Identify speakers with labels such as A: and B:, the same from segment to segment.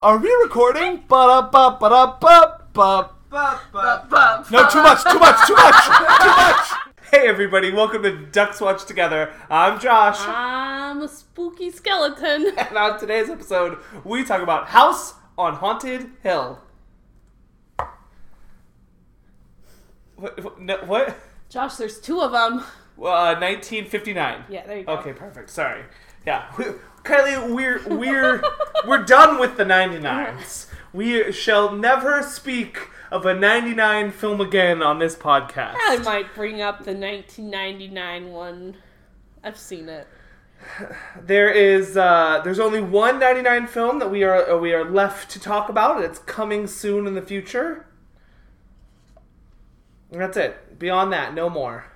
A: Are we recording? Ba ba ba ba ba No, too much, too much, too much, too much. Hey everybody, welcome to Ducks Watch Together. I'm Josh,
B: I'm a spooky skeleton.
A: and on today's episode, we talk about House on Haunted Hill. What? what- No, what?
B: Josh, there's two of them.
A: Well, uh, 1959.
B: Yeah, there you go.
A: Okay, perfect. Sorry. Yeah, we, Kylie, we're we're we're done with the 99s. We shall never speak of a 99 film again on this podcast.
B: I might bring up the 1999 one. I've seen it.
A: There is uh, there's only one 99 film that we are uh, we are left to talk about, and it's coming soon in the future. And that's it. Beyond that, no more.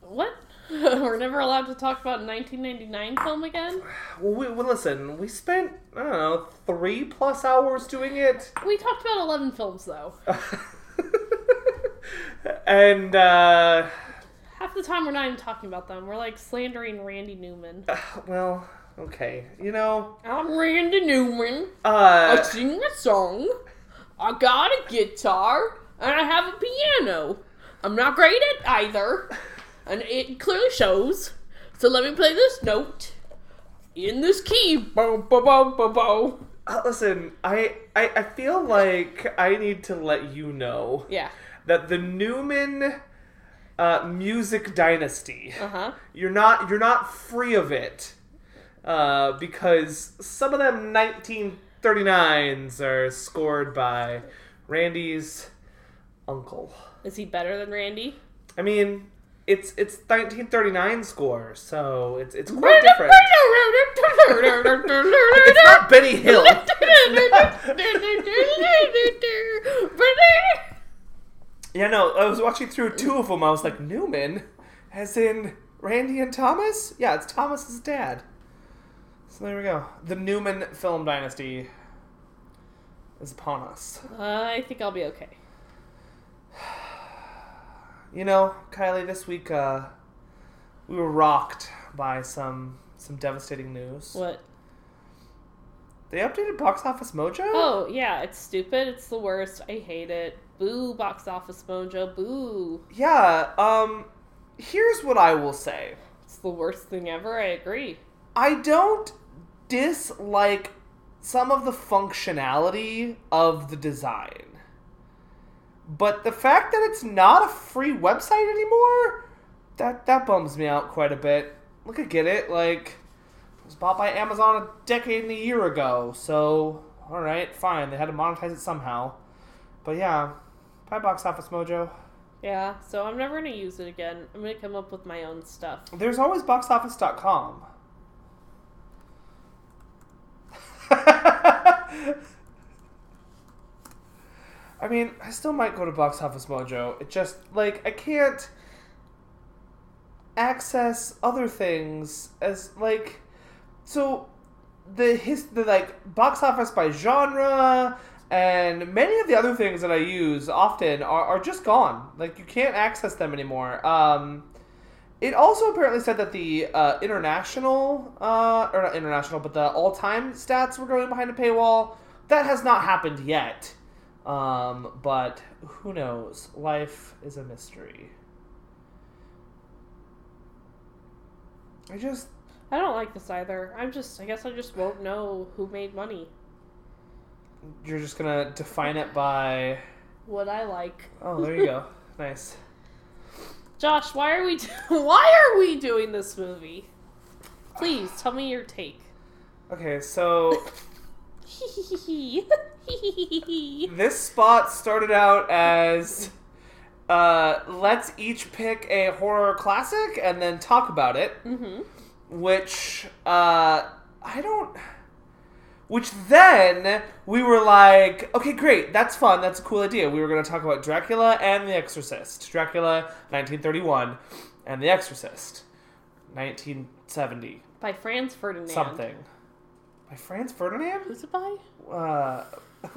B: What? We're never allowed to talk about 1999 film again?
A: Well, we, well, listen, we spent I don't know three plus hours doing it.
B: We talked about 11 films, though.
A: and uh,
B: Half the time, we're not even talking about them. We're like slandering Randy Newman.
A: well, okay, you know,
B: I'm Randy Newman. I
A: uh,
B: sing a song. I got a guitar and I have a piano. I'm not great at either, and it clearly shows. So let me play this note in this key. Bo bo bo bo bo.
A: uh, listen, I, I I feel like I need to let you know
B: Yeah.
A: that the Newman uh, music dynasty,
B: Uh huh.
A: you're not you're not free of it, uh, because some of them 1939s are scored by Randy's uncle.
B: Is he better than Randy?
A: I mean, it's it's 1939 score, so it's it's quite different. It's not Benny Hill. Yeah, no, I was watching through two of them. I was like, Newman, as in Randy and Thomas. Yeah, it's Thomas's dad. So there we go. The Newman film dynasty is upon us.
B: I think I'll be okay.
A: You know, Kylie, this week uh, we were rocked by some some devastating news.
B: What?
A: They updated Box Office Mojo.
B: Oh, yeah, it's stupid. It's the worst. I hate it. Boo, box office mojo. Boo.
A: Yeah. Um. Here's what I will say.
B: It's the worst thing ever. I agree.
A: I don't dislike some of the functionality of the design. But the fact that it's not a free website anymore, that that bums me out quite a bit. Look, I get it. Like, it was bought by Amazon a decade and a year ago, so all right, fine. They had to monetize it somehow. But yeah, bye, Box Office Mojo.
B: Yeah, so I'm never going to use it again. I'm going to come up with my own stuff.
A: There's always boxoffice.com. I mean, I still might go to Box Office Mojo. It just, like, I can't access other things as, like, so the his the like box office by genre and many of the other things that I use often are, are just gone. Like you can't access them anymore. Um, it also apparently said that the uh, international uh, or not international, but the all time stats were going behind a paywall. That has not happened yet. Um, but who knows? Life is a mystery. I just
B: I don't like this either. I'm just, I guess I just won't know who made money.
A: You're just gonna define it by.
B: What I like.
A: Oh, there you go. nice.
B: Josh, why are we, do- why are we doing this movie? Please tell me your take.
A: Okay, so
B: Hee
A: this spot started out as uh, let's each pick a horror classic and then talk about it,
B: hmm
A: which uh, I don't. Which then we were like, okay, great, that's fun, that's a cool idea. We were gonna talk about Dracula and The Exorcist. Dracula, 1931, and The Exorcist, 1970.
B: By Franz Ferdinand.
A: something by Franz Ferdinand,
B: Who's it by?
A: uh,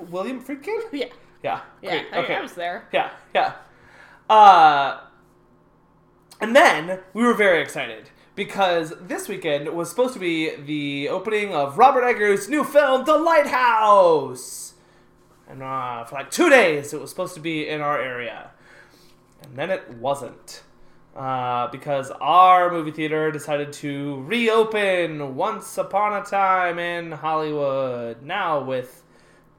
A: William Friedkin.
B: Yeah.
A: Yeah,
B: Yeah,
A: great,
B: I,
A: okay,
B: I was there.
A: yeah, yeah. Uh, and then we were very excited because this weekend was supposed to be the opening of Robert Eggers' new film, The Lighthouse. And uh, for like two days, it was supposed to be in our area. And then it wasn't. Uh, because our movie theater decided to reopen once upon a time in Hollywood. Now with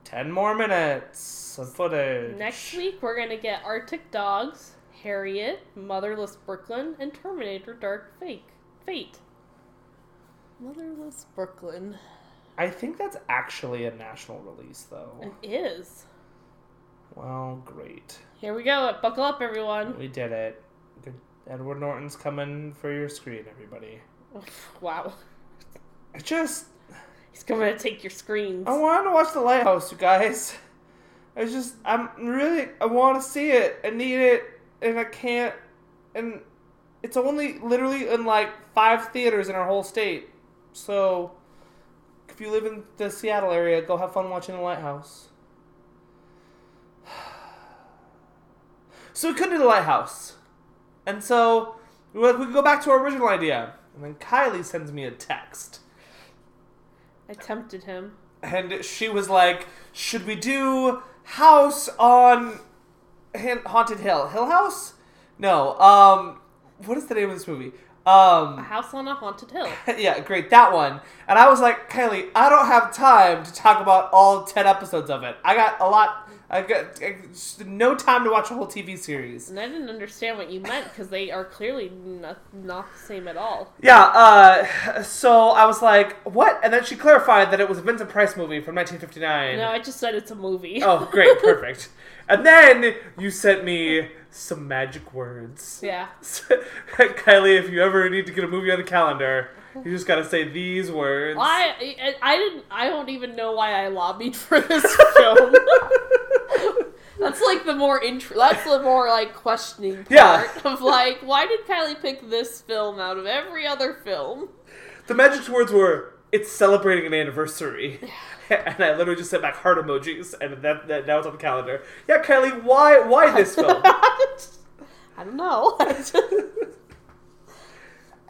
A: 10 more minutes of footage.
B: Next week, we're going to get Arctic Dogs, Harriet, Motherless Brooklyn, and Terminator Dark Fake. Fate. Motherless Brooklyn.
A: I think that's actually a national release, though.
B: It is.
A: Well, great.
B: Here we go. Buckle up, everyone.
A: We did it. Good. Edward Norton's coming for your screen, everybody.
B: Wow.
A: I just.
B: He's coming to take your screens.
A: I wanted to watch The Lighthouse, you guys. I just. I'm really. I want to see it. I need it. And I can't. And it's only literally in like five theaters in our whole state. So. If you live in the Seattle area, go have fun watching The Lighthouse. So we couldn't do The Lighthouse. And so we were like, we could go back to our original idea. And then Kylie sends me a text.
B: I tempted him.
A: And she was like, Should we do House on Han- Haunted Hill? Hill House? No. Um, what is the name of this movie?
B: A
A: Um,
B: house on a haunted hill.
A: yeah, great, that one. And I was like, Kylie, I don't have time to talk about all 10 episodes of it. I got a lot, I got I, just no time to watch a whole TV series.
B: And I didn't understand what you meant because they are clearly not, not the same at all.
A: Yeah, uh, so I was like, what? And then she clarified that it was a Vincent Price movie from 1959.
B: No, I just said it's a movie.
A: Oh, great, perfect. And then you sent me some magic words.
B: yeah.
A: Kylie, if you ever need to get a movie on the calendar, you just gotta say these words.
B: Why? I, I didn't. I don't even know why I lobbied for this film. that's like the more intro. That's the more like questioning part
A: Yeah.
B: of like, why did Kylie pick this film out of every other film?
A: The magic words were, it's celebrating an anniversary. And I literally just sent back heart emojis, and that, that now it's on the calendar. Yeah, Kylie, why why this film?
B: I don't know. I just-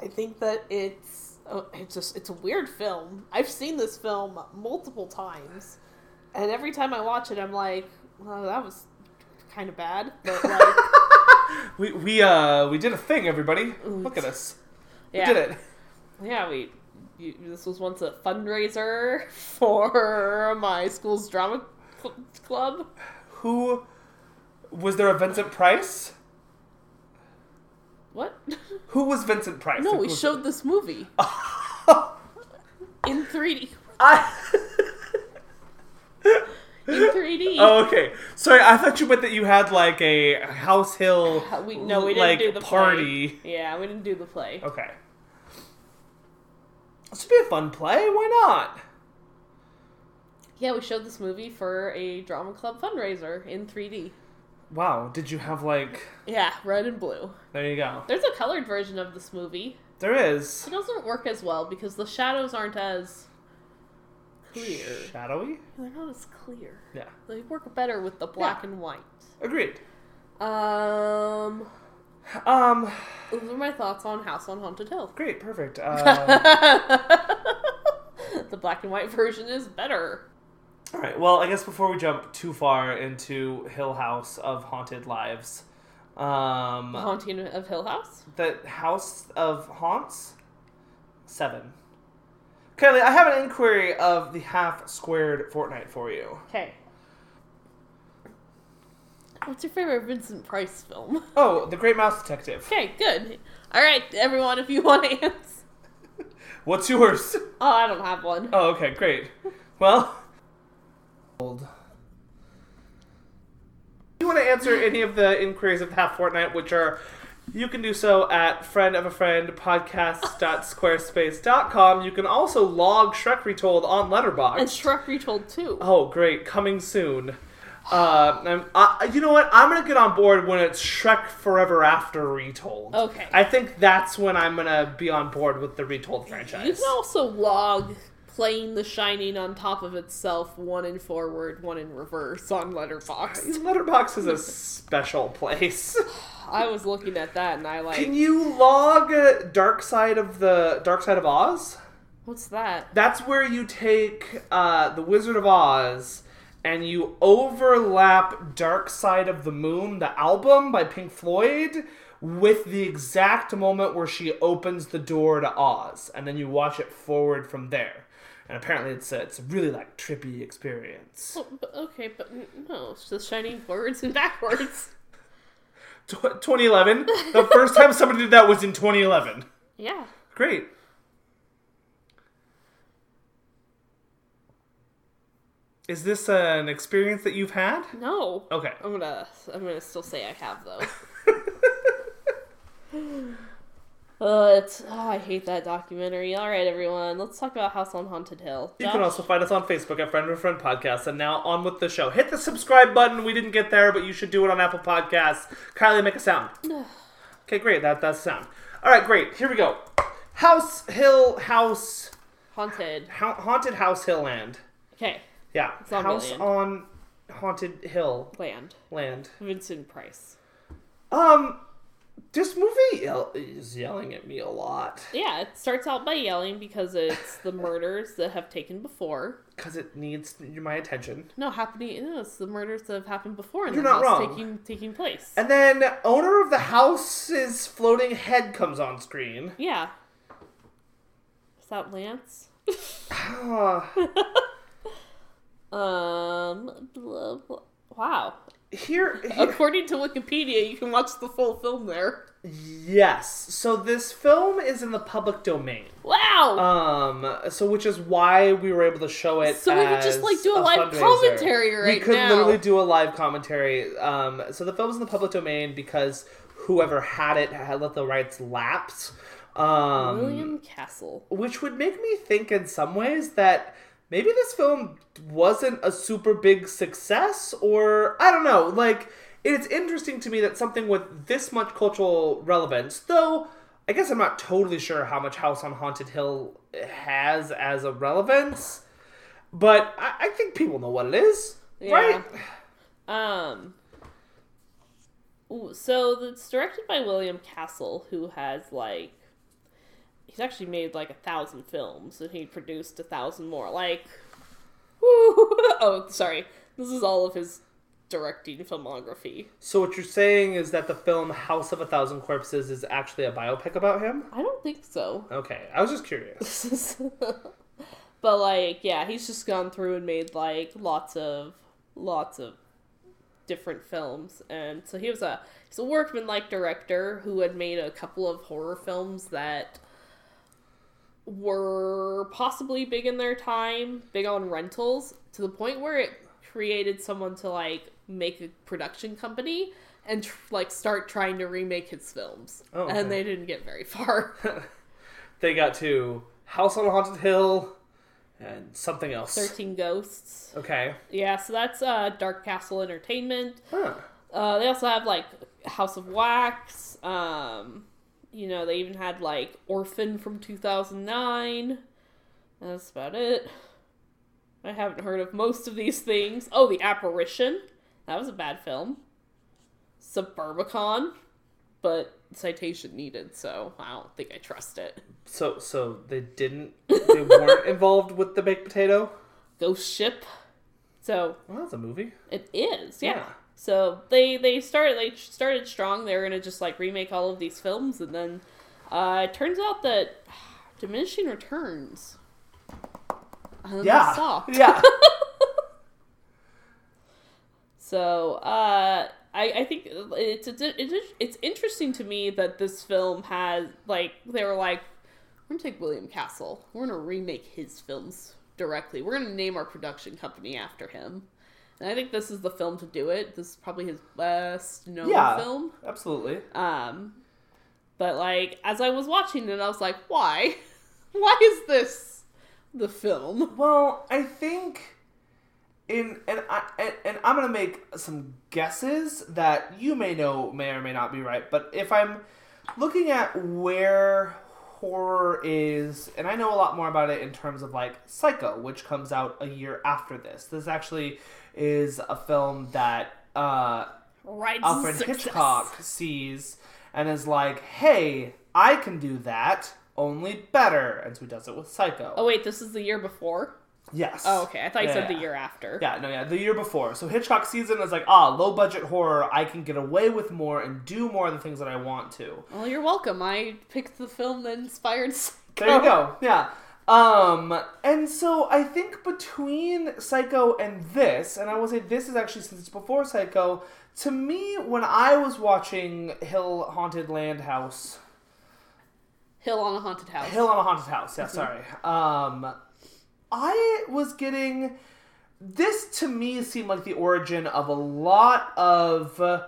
B: I think that it's oh, it's just it's a weird film. I've seen this film multiple times, and every time I watch it, I'm like, well, that was kind of bad. But like,
A: we we uh we did a thing, everybody. Look at us.
B: yeah,
A: We did it.
B: yeah, we. You, this was once a fundraiser for my school's drama cl- club.
A: Who was there a Vincent Price?
B: What?
A: Who was Vincent Price?
B: No,
A: Like,
B: we
A: who was-
B: showed this movie in 3D.
A: I-
B: In 3D.
A: Oh, okay. Sorry, I thought you meant that you had like a House Hill.
B: Uh, We, no, we didn't
A: like,
B: do the play.
A: party.
B: Yeah, we didn't do the play.
A: Okay. This would be a fun play. Why not?
B: Yeah, we showed this movie for a drama club fundraiser in 3D.
A: Wow. Did you have like?
B: Yeah, red and blue.
A: There you go.
B: There's a colored version of this movie.
A: There is
B: It doesn't work as well because the shadows aren't as clear.
A: shadowy.
B: They're not as clear.
A: Yeah.
B: They work better with the black and white.
A: Agreed.
B: Um,
A: Um.
B: those are my thoughts on House on Haunted Hill.
A: Great. Perfect. Uh,
B: the black and white version is better.
A: all right. Well, I guess before we jump too far into Hill House of Haunted Lives,
B: The
A: um,
B: Haunting of Hill House.
A: the House of Haunts, seven. Kylie, I have an inquiry of the half squared Fortnite for you.
B: Okay. What's your favorite Vincent Price film?
A: Oh, the Great Mouse Detective.
B: Okay, good. All right, everyone, if you want to answer.
A: What's yours?
B: Oh, I don't have one.
A: Oh, okay, great. Well, old. Do you want to answer any of the inquiries of Half Fortnite, which are you can do so at friend of a friend podcast.squarespace.com. You can also log Shrek Retold on Letterboxd.
B: And Shrek Retold too.
A: Oh, great! Coming soon. Uh, I'm, I, you know what? I'm gonna get on board when it's Shrek Forever After retold.
B: Okay.
A: I think that's when I'm gonna be on board with the retold franchise.
B: You can also log playing The Shining on top of itself, one in forward, one in reverse on Letterboxd.
A: Letterbox is a special place.
B: I was looking at that and I like,
A: Can you log uh, Dark Side of the Dark Side of Oz?
B: what's that?
A: That's where you take uh, the Wizard of Oz and you overlap Dark Side of the Moon, the album by Pink Floyd, with the exact moment where she opens the door to Oz, and then you watch it forward from there. And apparently, it's a, it's a really like trippy experience.
B: Oh, but- Okay, but n- no, it's The Shining forwards and backwards.
A: Tw 2011. The first time somebody did that was in 2011.
B: Yeah.
A: Great. Is this an experience that you've had?
B: No.
A: Okay.
B: I'm gonna I'm gonna still say I have though. Uh, it's, oh, I hate that documentary. All right, everyone, let's talk about House on Haunted Hill.
A: You can also find us on Facebook at Friend of Friend Podcast. And now on with the show. Hit the subscribe button. We didn't get there, but you should do it on Apple Podcasts. Kylie, make a sound. okay, great. That that's sound. All right, great. Here we go. House Hill House
B: haunted.
A: ha- haunted House Hill Land.
B: Okay,
A: Yeah,
B: on
A: House
B: Land.
A: on Haunted Hill
B: land.
A: Land.
B: Vincent Price.
A: Um, this movie yell- is yelling at me a lot
B: Yeah, it starts out by yelling because it's the murders that have taken before.
A: because it needs my attention.
B: No, happening. No, it's the murders that have happened before, and
A: You're
B: the
A: not
B: house
A: wrong.
B: taking taking place.
A: And then owner of the house's floating head comes on screen.
B: yeah. Is that Lance?
A: Ah,
B: Um. Blah, blah. Wow.
A: here, here-
B: According to Wikipedia, you can watch the full film there.
A: yes. So this film is in the public domain.
B: Wow.
A: Um, so which is why we were able to show it.
B: So we could just,
A: as
B: like, do a live
A: fundraiser.
B: commentary
A: We
B: right
A: could
B: now.
A: literally do a live commentary. Um, so the film's in the public domain because whoever had it had let the rights lapse. Um,
B: William Castle.
A: which would make me think in some ways that maybe this film wasn't a super big success or i don't know like it's interesting to me that something with this much cultural relevance though i guess i'm not totally sure how much house on haunted hill has as a relevance but i, I think people know what it is right
B: Um. ooh, So it's directed by William Castle, who has like he's actually made like a thousand films, and he produced a thousand more. Like, woo. oh, sorry, this is all of his directing filmography.
A: so what you're saying is that the film house of a thousand corpses is actually a biopic about him
B: I don't think so.
A: okay i was just curious
B: but like, yeah, he's just gone through and made like lots of lots of different films, and so he was a he's a workman-like director who had made a couple of horror films that were possibly big in their time, big on rentals, to the point where it created someone to like make a production company and tr- like start trying to remake his films,
A: Oh, okay.
B: and they didn't get very far.
A: they got to House on Haunted Hill and something else.
B: 13 Ghosts.
A: Okay.
B: Yeah, so that's uh, Dark Castle Entertainment.
A: Huh.
B: Uh, they also have like House of Wax. Um, you know, they even had like Orphan from 2009. That's about it. I haven't heard of most of these things. Oh, The Apparition. That was a bad film. Suburbicon. But citation needed, so I don't think I trust it.
A: So so they didn't they weren't involved with the baked potato?
B: Ghost Ship. So
A: Well that's a movie.
B: It is, yeah.
A: Yeah.
B: So they they started they started strong. They were gonna just like remake all of these films, and then uh, it turns out that diminishing returns. And then
A: Yeah.
B: They sucked.
A: Yeah.
B: So uh, I I think it's it's it's it's interesting to me that this film has like they were like we're gonna take William Castle. We're gonna remake his films directly. We're gonna name our production company after him. And I think this is the film to do it. This is probably his best known
A: Yeah.
B: film.
A: Absolutely.
B: Um, but like as I was watching it, I was like, why? Why is this the film?
A: Well, I think in and I and, and I'm gonna make some guesses that you may know may or may not be right, but if I'm looking at where horror is, and I know a lot more about it in terms of like Psycho, which comes out a year after this. This actually is a film that uh,
B: Right.
A: Alfred Hitchcock sees and is like, hey, I can do that, only better. And so he does it with Psycho.
B: Oh wait, this is the year before.
A: yes.
B: Oh okay, I thought you said the
A: Yeah.
B: year after.
A: Yeah, no, yeah, the year before. So Hitchcock sees it and is like, ah, low budget horror, I can get away with more and do more of the things that I want to.
B: Well, you're welcome. I picked the film that inspired.
A: There
B: Oh.
A: you go. Yeah. Um, and so I think between Psycho and this, and I will say this is actually since it's before Psycho, to me, when I was watching Hill Haunted Land House,
B: Hill on a haunted house.
A: Hill on a Haunted House,
B: Mm-hmm.
A: yeah, sorry. Um, I was getting. This to me seemed like the origin of a lot of uh,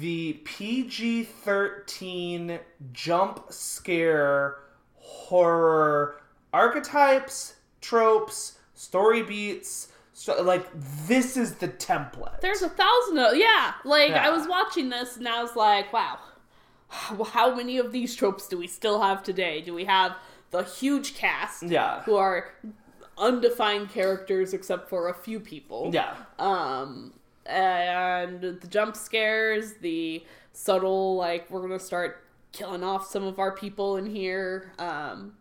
A: the PG 13 jump scare horror archetypes, tropes, story beats. So, like, this is the template.
B: There's a thousand of yeah. Like
A: Yeah.
B: I was watching this and I was like, wow, how many of these tropes do we still have today? Do we have the huge cast
A: Yeah.
B: who are undefined characters except for a few people?
A: Yeah.
B: Um, and the jump scares, the subtle like we're gonna start killing off some of our people in here. Um,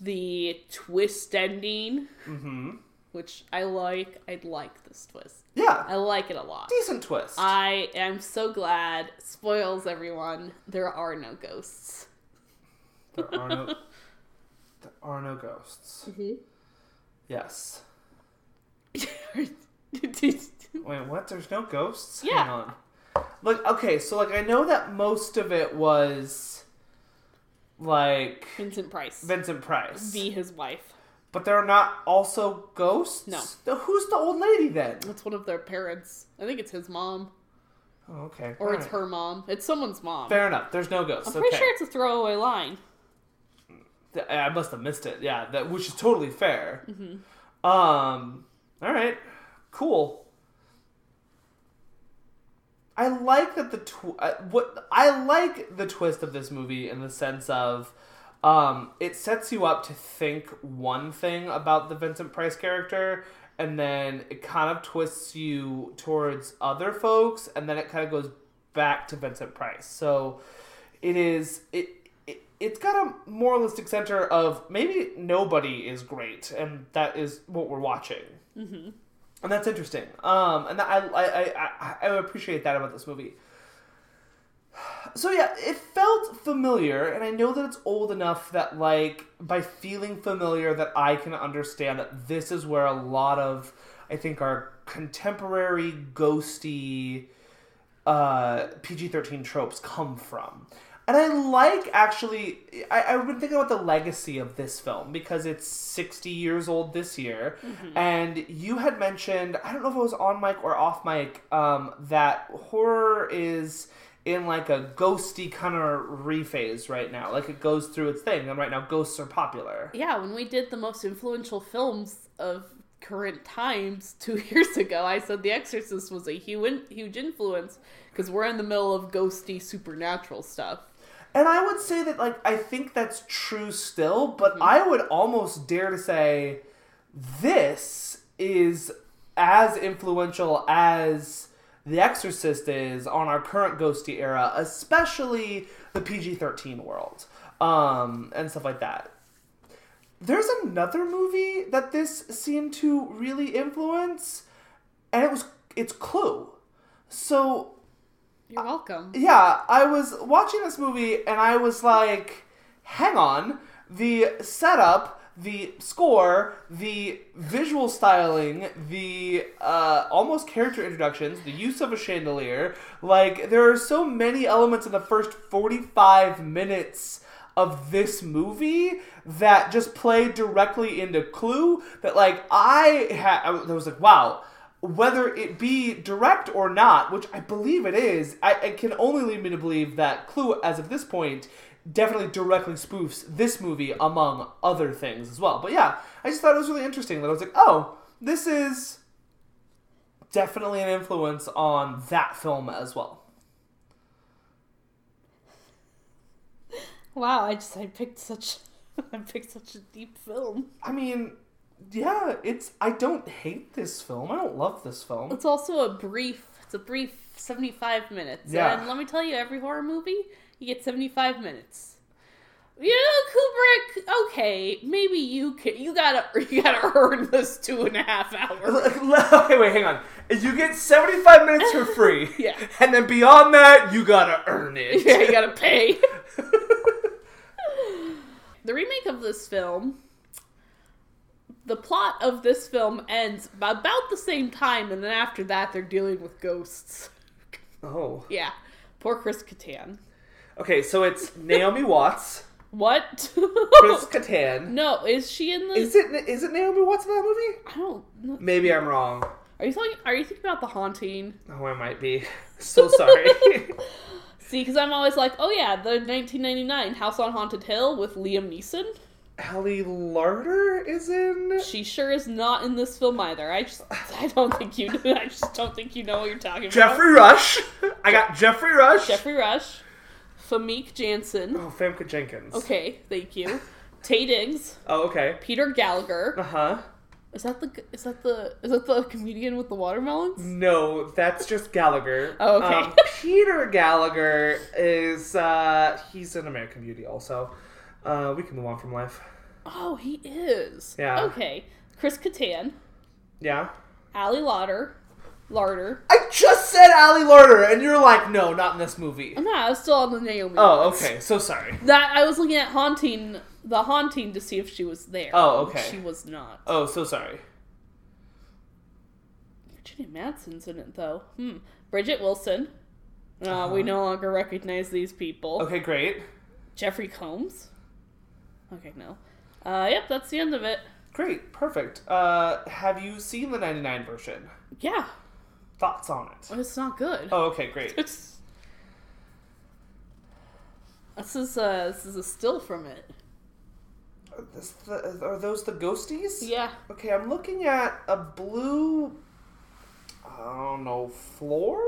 B: the twist ending,
A: hmm
B: which I like. I like this twist.
A: Yeah.
B: I like it a lot.
A: Decent twist.
B: I am so glad. Spoils everyone. There are no ghosts.
A: There are no, there are no ghosts.
B: Mm-hmm.
A: Yes. Wait, what? There's no ghosts?
B: Yeah.
A: Hang on. Like, okay, so, like, I know that most of it was, like,
B: Vincent Price.
A: Vincent Price.
B: Be his wife.
A: but there are not also ghosts?
B: No.
A: The- Who's the old lady then?
B: That's one of their parents. I think it's his mom
A: Oh, okay.
B: or it's
A: alright.
B: her mom. It's someone's mom.
A: Fair enough. There's no ghosts.
B: I'm pretty
A: okay.
B: sure it's a throwaway line.
A: Th- I must have missed it. Yeah, that which is totally fair.
B: Mm-hmm.
A: Um, all right, cool. I like that the tw- uh, what I like the twist of this movie in the sense of um, it sets you up to think one thing about the Vincent Price character, and then it kind of twists you towards other folks, and then it kind of goes back to Vincent Price. So it is it, it it's got a moralistic center of maybe nobody is great, and that is what we're watching. Mm-hmm. And that's interesting. Um, and I, I, I, I, I appreciate that about this movie. So yeah, it felt familiar, and I know that it's old enough that like by feeling familiar that I can understand that this is where a lot of I think our contemporary ghosty uh, PG 13 tropes come from. And I like actually, I, I've been thinking about the legacy of this film because it's 60 years old this year. And you had mentioned, I don't know if it was on mic or off mic, um, that horror is in like a ghosty kind of rephase right now. Like it goes through its thing. And right now, ghosts are popular.
B: Yeah, when we did the most influential films of current times two years ago, I said The Exorcist was a huge, huge influence because we're in the middle of ghosty supernatural stuff.
A: And I would say that, like, I think that's true still, but I would almost dare to say this is as influential as The Exorcist is on our current ghosty era, especially the PG 13 world um, and stuff like that. There's another movie that this seemed to really influence, and it was it's Clue. So
B: You're welcome.
A: yeah, I was watching this movie and I was like, hang on, the setup, the score, the visual styling, the uh, almost character introductions, the use of a chandelier. Like, there are so many elements in the first 45 minutes of this movie that just play directly into Clue that, like, I, ha- I was like, wow whether it be direct or not, which I believe it is, I, it can only lead me to believe that Clue, as of this point, definitely directly spoofs this movie among other things as well. But yeah, I just thought it was really interesting that I was like, oh, this is definitely an influence on that film as well.
B: Wow, I just I picked such I picked such a deep film.
A: I mean, yeah, it's. I don't hate this film. I don't love this film.
B: It's also a brief. It's a brief seventy-five minutes.
A: Yeah.
B: And let me tell you, every horror movie you get seventy-five minutes. You know, Kubrick. Okay, maybe you can. You gotta. You gotta earn this two and a half hours.
A: okay, wait, hang on. You get 75 minutes for free.
B: Yeah.
A: And then beyond that, you gotta earn it.
B: yeah, you gotta pay. the remake of this film the plot of this film ends about the same time and then after that they're dealing with ghosts
A: oh.
B: yeah poor chris Kattan.
A: Okay, so it's Naomi Watts,
B: what
A: Chris Kattan.
B: no is she in the
A: Is it is it Naomi Watts in that movie?
B: i don't know
A: Maybe I'm wrong.
B: are you talking are you thinking about the haunting
A: Oh, I might be. So sorry.
B: see because i'm always like oh yeah the 1999 house on haunted hill with liam neeson
A: Ellie Larder is in.
B: she sure is not in this film either i just i don't think you i just don't think you know what you're talking about
A: Jeffrey Rush. I got Jeffrey Rush.
B: Jeffrey Rush, Famke Janssen.
A: oh, Famke Jenkins.
B: Okay, thank you. Tay Diggs,
A: Oh, okay.
B: Peter Gallagher.
A: Uh huh.
B: Is that the is that the is that the comedian with the watermelons?
A: No, that's just Gallagher.
B: Oh, okay.
A: Um, Peter Gallagher is uh he's in American Beauty also. Uh we can move on from life.
B: Oh, he is.
A: Yeah.
B: Okay, Chris Kattan,
A: Yeah.
B: Ali Lauder, Larder.
A: I just said Allie Larder and you're like, no, not in this movie.
B: No, I was still on the Naomi.
A: Oh,
B: ones.
A: okay. So sorry.
B: That I was looking at haunting the haunting to see if she was there.
A: Oh, okay.
B: She was not.
A: Oh, so sorry.
B: Virginia Madsen's in it though. Hmm. Bridget Wilson. Uh, we no longer recognize these people.
A: Uh-huh. Okay, great.
B: Jeffrey Combs. Okay, no. Uh, yep, that's the end of it.
A: Great. Perfect. Uh have you seen the 99 version?
B: Yeah,
A: Thoughts on it?
B: it's not good.
A: Oh, okay, great.
B: It's- this is uh, this is a still from it.
A: Are this the- are those the ghosties?
B: Yeah,
A: Okay, I'm looking at a blue, I don't know, floor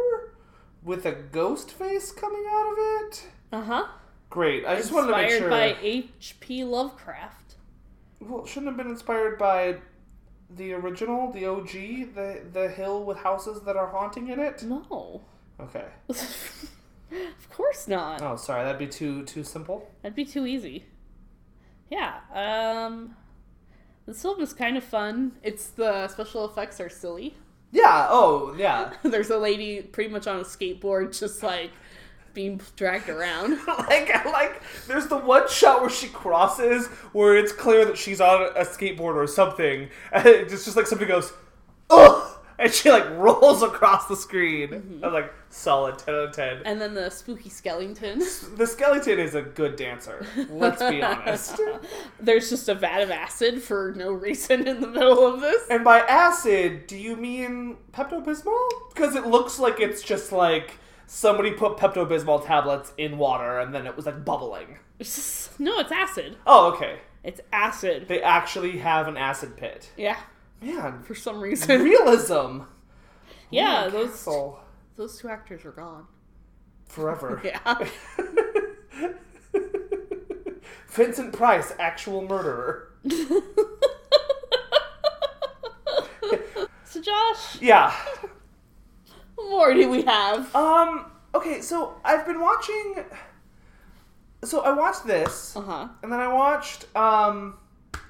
A: with a ghost face coming out of it.
B: uh huh.
A: Great. I just wanted to make
B: Inspired
A: sure.
B: by H.P. Lovecraft.
A: Well, it shouldn't have been inspired by the original, the OG, the the hill with houses that are haunting in it.
B: No,
A: Okay.
B: of course not.
A: Oh, sorry, that'd be too too simple.
B: That'd be too easy. Yeah. Um, the film is kind of fun. It's the special effects are silly.
A: Yeah. Oh, yeah.
B: There's a lady pretty much on a skateboard, just like being dragged around.
A: like like there's the one shot where she crosses where it's clear that she's on a skateboard or something and it's just like somebody goes ugh and she like rolls across the screen i'm like solid 10 out of 10
B: And then the spooky skeleton.
A: the skeleton is a good dancer let's be honest
B: There's just a vat of acid for no reason in the middle of this.
A: and by acid do you mean pepto-bismol because it looks like it's just like somebody put pepto-bismol tablets in water and then it was like bubbling
B: It's just- no, it's acid.
A: oh okay
B: It's acid.
A: they actually have an acid pit
B: Yeah,
A: man
B: for some reason.
A: realism.
B: yeah,
A: Ooh,
B: those
A: castle.
B: those two actors are gone.
A: forever.
B: Yeah.
A: Vincent Price, actual murderer.
B: so Josh,
A: Yeah.
B: what more do we have?
A: Um. Okay. So I've been watching. So I watched this,
B: Uh huh.
A: and then I watched um,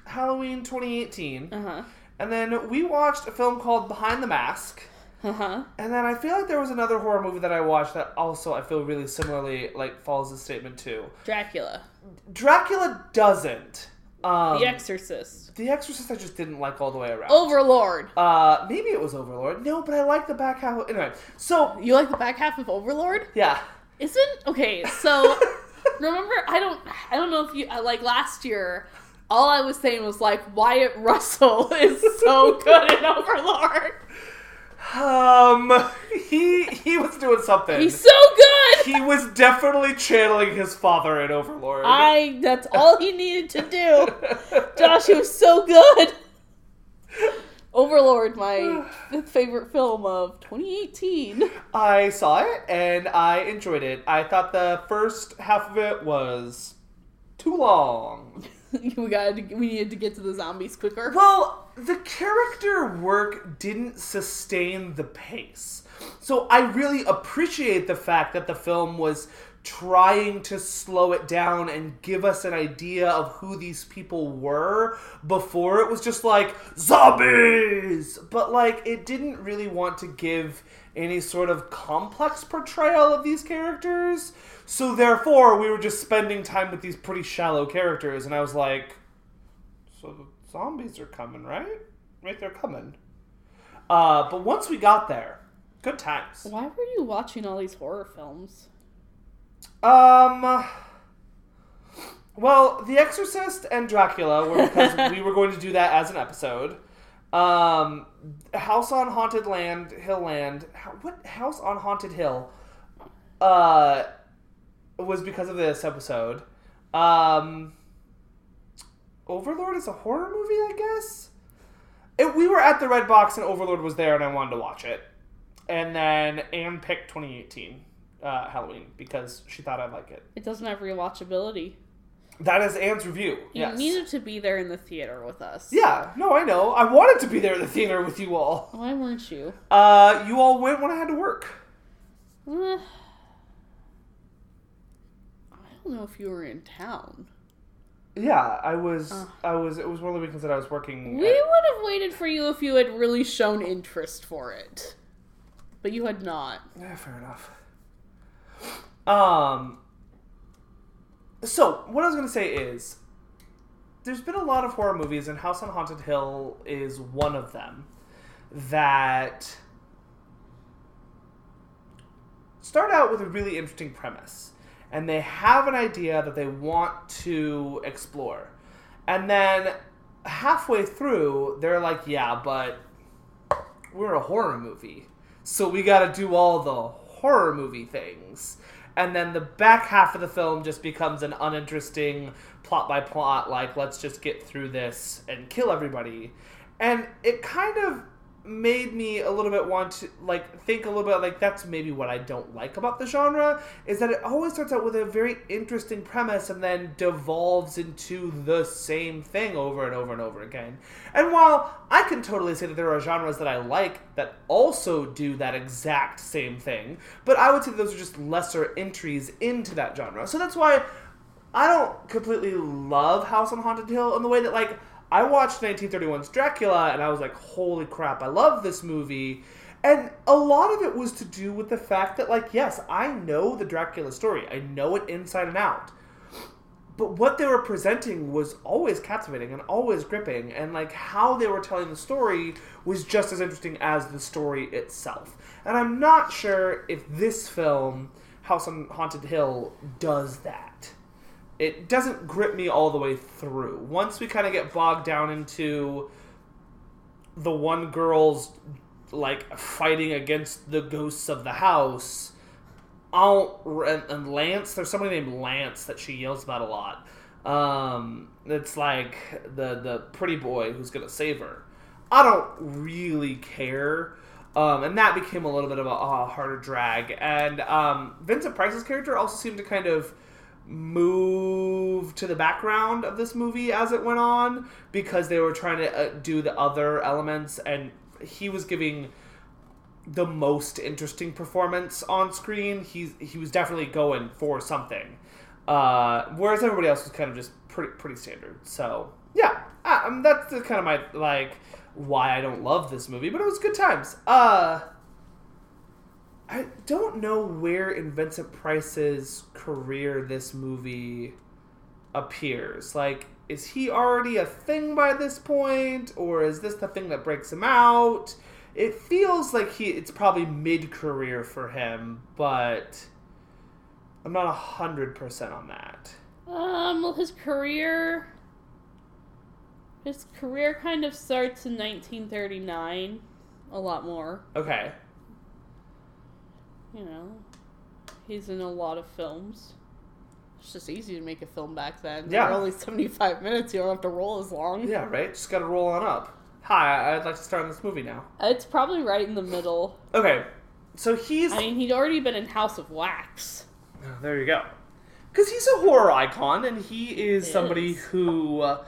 A: Halloween 2018,
B: Uh huh.
A: and then we watched a film called Behind the Mask.
B: Uh huh.
A: And then I feel like there was another horror movie that I watched that also I feel really similarly like follows this statement too.
B: Dracula,
A: Dracula doesn't. Um,
B: The Exorcist,
A: The Exorcist I just didn't like all the way
B: Oh.
A: around.
B: Overlord.
A: Uh, maybe it was Overlord. No, but I like the back half. Anyway, so
B: You like the back half of Overlord?
A: yeah,
B: Isn't okay. So remember, I don't, I don't know if you I- like last year. All I was saying was like Wyatt Russell is so good in Overlord.
A: um, he he was doing something.
B: He's so good.
A: he was definitely channeling his father in Overlord.
B: I. That's all he needed to do. Josh, he was so good. Overlord, my fifth favorite film of 2018.
A: I saw it and I enjoyed it. I thought the first half of it was too long.
B: we got to we needed to get to the zombies quicker.
A: Well, the character work didn't sustain the pace. So I really appreciate the fact that the film was trying to slow it down and give us an idea of who these people were before it was just like zombies but like it didn't really want to give any sort of complex portrayal of these characters so therefore we were just spending time with these pretty shallow characters and i was like so the zombies are coming right right they're coming uh, but once we got there good times
B: Why were you watching all these horror films?
A: Um. Well, The Exorcist and Dracula were because we were going to do that as an episode. Um, House on Haunted Land, Hill Land. How, what House on Haunted Hill? Uh, was because of this episode. Um, Overlord is a horror movie, I guess. It, we were at the Red Box and Overlord was there, and I wanted to watch it. And then Anne picked 2018 uh, Halloween because she thought I'd like it.
B: It doesn't have rewatchability.
A: That is Anne's review.
B: You
A: yes.
B: needed to be there in the theater with us.
A: yeah, no, I know. I wanted to be there in the theater with you all.
B: Why weren't you?
A: Uh, you all went when I had to work.
B: Eh. I don't know if you were in town.
A: Yeah, I was.
B: Ugh.
A: I was. It was one of the weekends that I was working.
B: We would
A: at-
B: have waited for you if you had really shown interest for it. But you had not.
A: Yeah, fair enough. Um. So what I was gonna say is, there's been a lot of horror movies, and House on Haunted Hill is one of them that start out with a really interesting premise, and they have an idea that they want to explore, and then halfway through, they're like, "Yeah, but we're a horror movie, so we got to do all the horror movie things. And then the back half of the film just becomes an uninteresting plot by plot, like, let's just get through this and kill everybody. And it kind of made me a little bit want to like think a little bit like that's maybe what I don't like about the genre is that it always starts out with a very interesting premise and then devolves into the same thing over and over and over again. And while I can totally say that there are genres that I like that also do that exact same thing, but I would say those are just lesser entries into that genre. So that's why I don't completely love House on Haunted Hill in the way that like I watched 1931's Dracula and I was like, holy crap, I love this movie. And a lot of it was to do with the fact that like, yes, I know the Dracula story. I know it inside and out. But what they were presenting was always captivating and always gripping, and like how they were telling the story was just as interesting as the story itself. And I'm not sure if this film, House on Haunted Hill, does that it doesn't grip me all the way through. Once we kind of get bogged down into the one girl's like fighting against the ghosts of the house, I'll and, and Lance. There's somebody named Lance that she yells about a lot. Um, it's like the the pretty boy who's gonna save her. I don't really care. Um, and that became a little bit of a, a harder drag. And um, Vincent Price's character also seemed to kind of move to the background of this movie as it went on because they were trying to uh, do the other elements, and he was giving the most interesting performance on screen. He he was definitely going for something, uh, whereas everybody else was kind of just pretty pretty standard. So yeah, I, um, that's the kind of my like why I don't love this movie, but it was good times. Uh, I don't know where in Vincent Price's career this movie appears. Like, is he already a thing by this point, or is this the thing that breaks him out? It feels like he it's probably mid career for him, but I'm not hundred percent on that.
B: Um, well, his career. His career kind of starts in 1939, a lot more.
A: Okay.
B: You know, he's in a lot of films. It's just easy to make a film back then.
A: Yeah.
B: They're only 75 minutes, you don't have to roll as long.
A: Yeah, right? Just gotta roll on up. Hi, I'd like to start on this movie now.
B: It's probably right in the middle.
A: Okay. So he's
B: I mean, he'd already been in House of Wax.
A: Oh, there you go. because he's a horror icon and he is
B: Yes.
A: somebody who uh,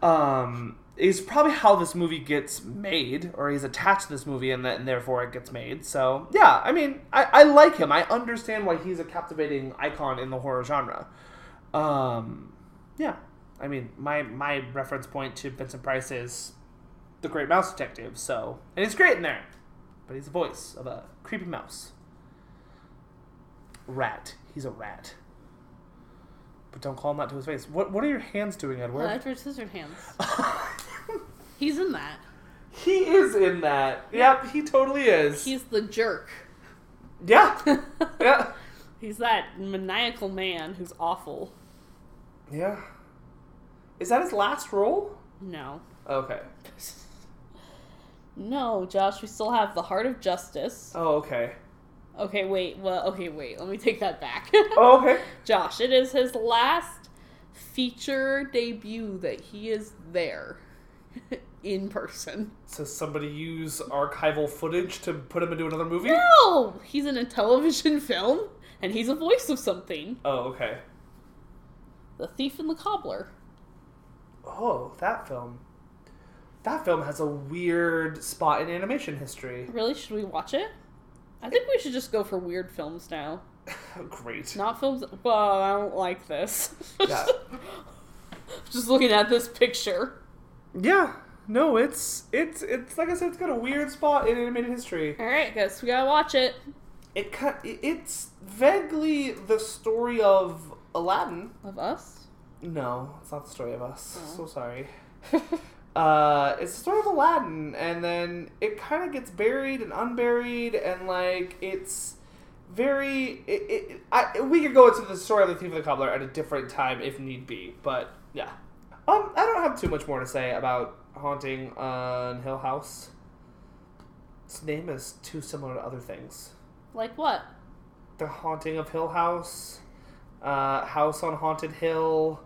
A: um is probably how this movie gets made or he's attached to this movie and, that, and therefore it gets made so yeah i mean I, I like him i understand why he's a captivating icon in the horror genre um yeah i mean my my reference point to vincent price is the great mouse detective so and he's great in there but he's the voice of a creepy mouse rat. He's a rat. But don't call him that to his face. What What are your hands doing,
B: Well,
A: Edward?
B: that's Uh, Edward Scissorhands. He's in that.
A: he is in that. Yep, he totally is.
B: He's the jerk.
A: yeah, yeah,
B: He's that maniacal man who's awful.
A: yeah. Is that his last role?
B: No.
A: Okay.
B: No, Josh, we still have the Heart of Justice.
A: Oh, okay.
B: Okay, wait. Well, okay, wait. Let me take that back.
A: Oh, okay.
B: Josh, it is his last feature debut that he is there in person.
A: So somebody use archival footage to put him into another movie?
B: No! He's in a television film and he's a voice of something.
A: Oh, okay.
B: The Thief and the Cobbler.
A: Oh, that film. That film has a weird spot in animation history.
B: Really, should we watch it? I think we should just go for weird films now.
A: Great.
B: Not films. Well, I don't like this.
A: Yeah.
B: Just looking at this picture.
A: Yeah. No, it's it's it's like I said, it's got a weird spot in animated history.
B: All right, guys, we gotta watch it.
A: It ki- it's vaguely the story of Aladdin.
B: Of us.
A: No, it's not the story of us.
B: Oh.
A: So sorry. Uh, it's the story of Aladdin, and then it kind of gets buried and unburied, and like it's very. It, it, I, we could go into the story of the thief and the cobbler at a different time if need be, but yeah. Um, I don't have too much more to say about haunting on Hill House. Its name is too similar to other things.
B: like what?
A: The Haunting of Hill House, uh, House on Haunted Hill.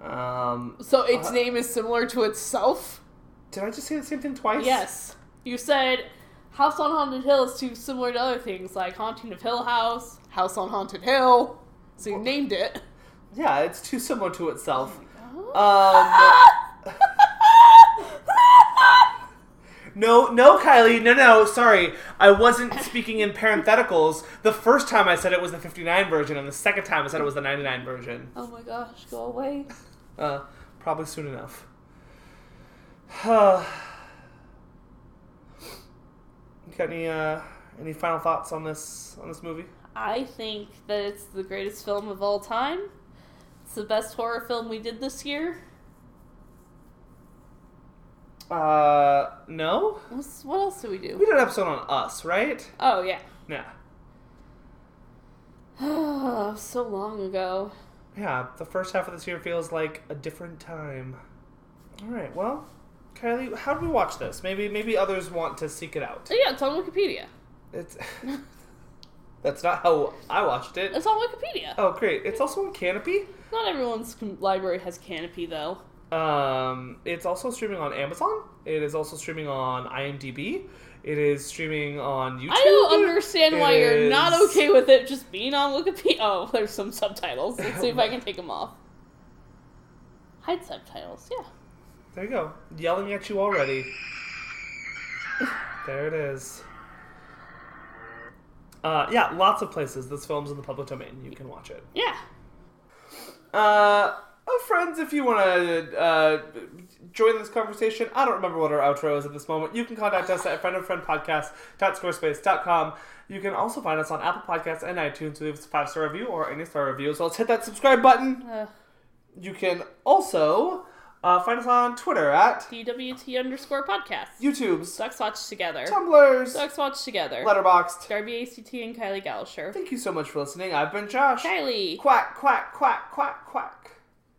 A: Um,
B: So its
A: Uh,
B: name is similar to itself.
A: did I just say the same thing twice?
B: Yes. You said House on Haunted Hill is too similar to other things like Haunting of Hill House, House on Haunted Hill. So you named it.
A: Yeah, it's too similar to itself.
B: Oh.
A: Um, no, no, Kylie, no, no, sorry. I wasn't speaking in parentheticals. The first time I said it was the 59 version, and the second time I said it was the 99 version.
B: oh my gosh, go away.
A: Uh, probably soon enough. Got any uh, any final thoughts on this on this movie?
B: I think that it's the greatest film of all time. It's the best horror film we did this year.
A: Uh, no.
B: What's, what else do we do?
A: We did an episode on us, right?
B: Oh, yeah.
A: Yeah.
B: so long ago.
A: Yeah, the first half of this year feels like a different time. All right, well, Kylie, how do we watch this? Maybe maybe others want to seek it out.
B: So yeah, it's on Wikipedia.
A: It's that's not how I watched it.
B: It's on Wikipedia.
A: Oh, great! It's also on Canopy.
B: Not everyone's com- library has Canopy, though.
A: Um, it's also streaming on Amazon. It is also streaming on IMDb. It is streaming on YouTube.
B: I don't understand why you're
A: It
B: not
A: is-
B: okay with it just being on Wikipedia. Oh, there's some subtitles. Let's see if I can take them off. Hide subtitles, yeah.
A: There you go. Yelling at you already. there it is. Uh, yeah, lots of places. This film's in the public domain. You can watch it.
B: Yeah.
A: Uh, oh, friends, if you want to uh, join this conversation, I don't remember what our outro is at this moment. You can contact us at friendofriendpodcast.squarespace.com. You can also find us on Apple Podcasts and iTunes. Leave us a five star review or any star review. So let's hit that subscribe button.
B: Uh,
A: You can also uh, find us on Twitter at
B: DWT underscore podcast.
A: YouTube's
B: Ducks watch together.
A: Tumblers,
B: Ducks watch together.
A: Letterboxed.
B: Darby ACT and Kylie Gallisher.
A: Thank you so much for listening. I've been Josh.
B: Kylie.
A: Quack, quack, quack, quack, quack.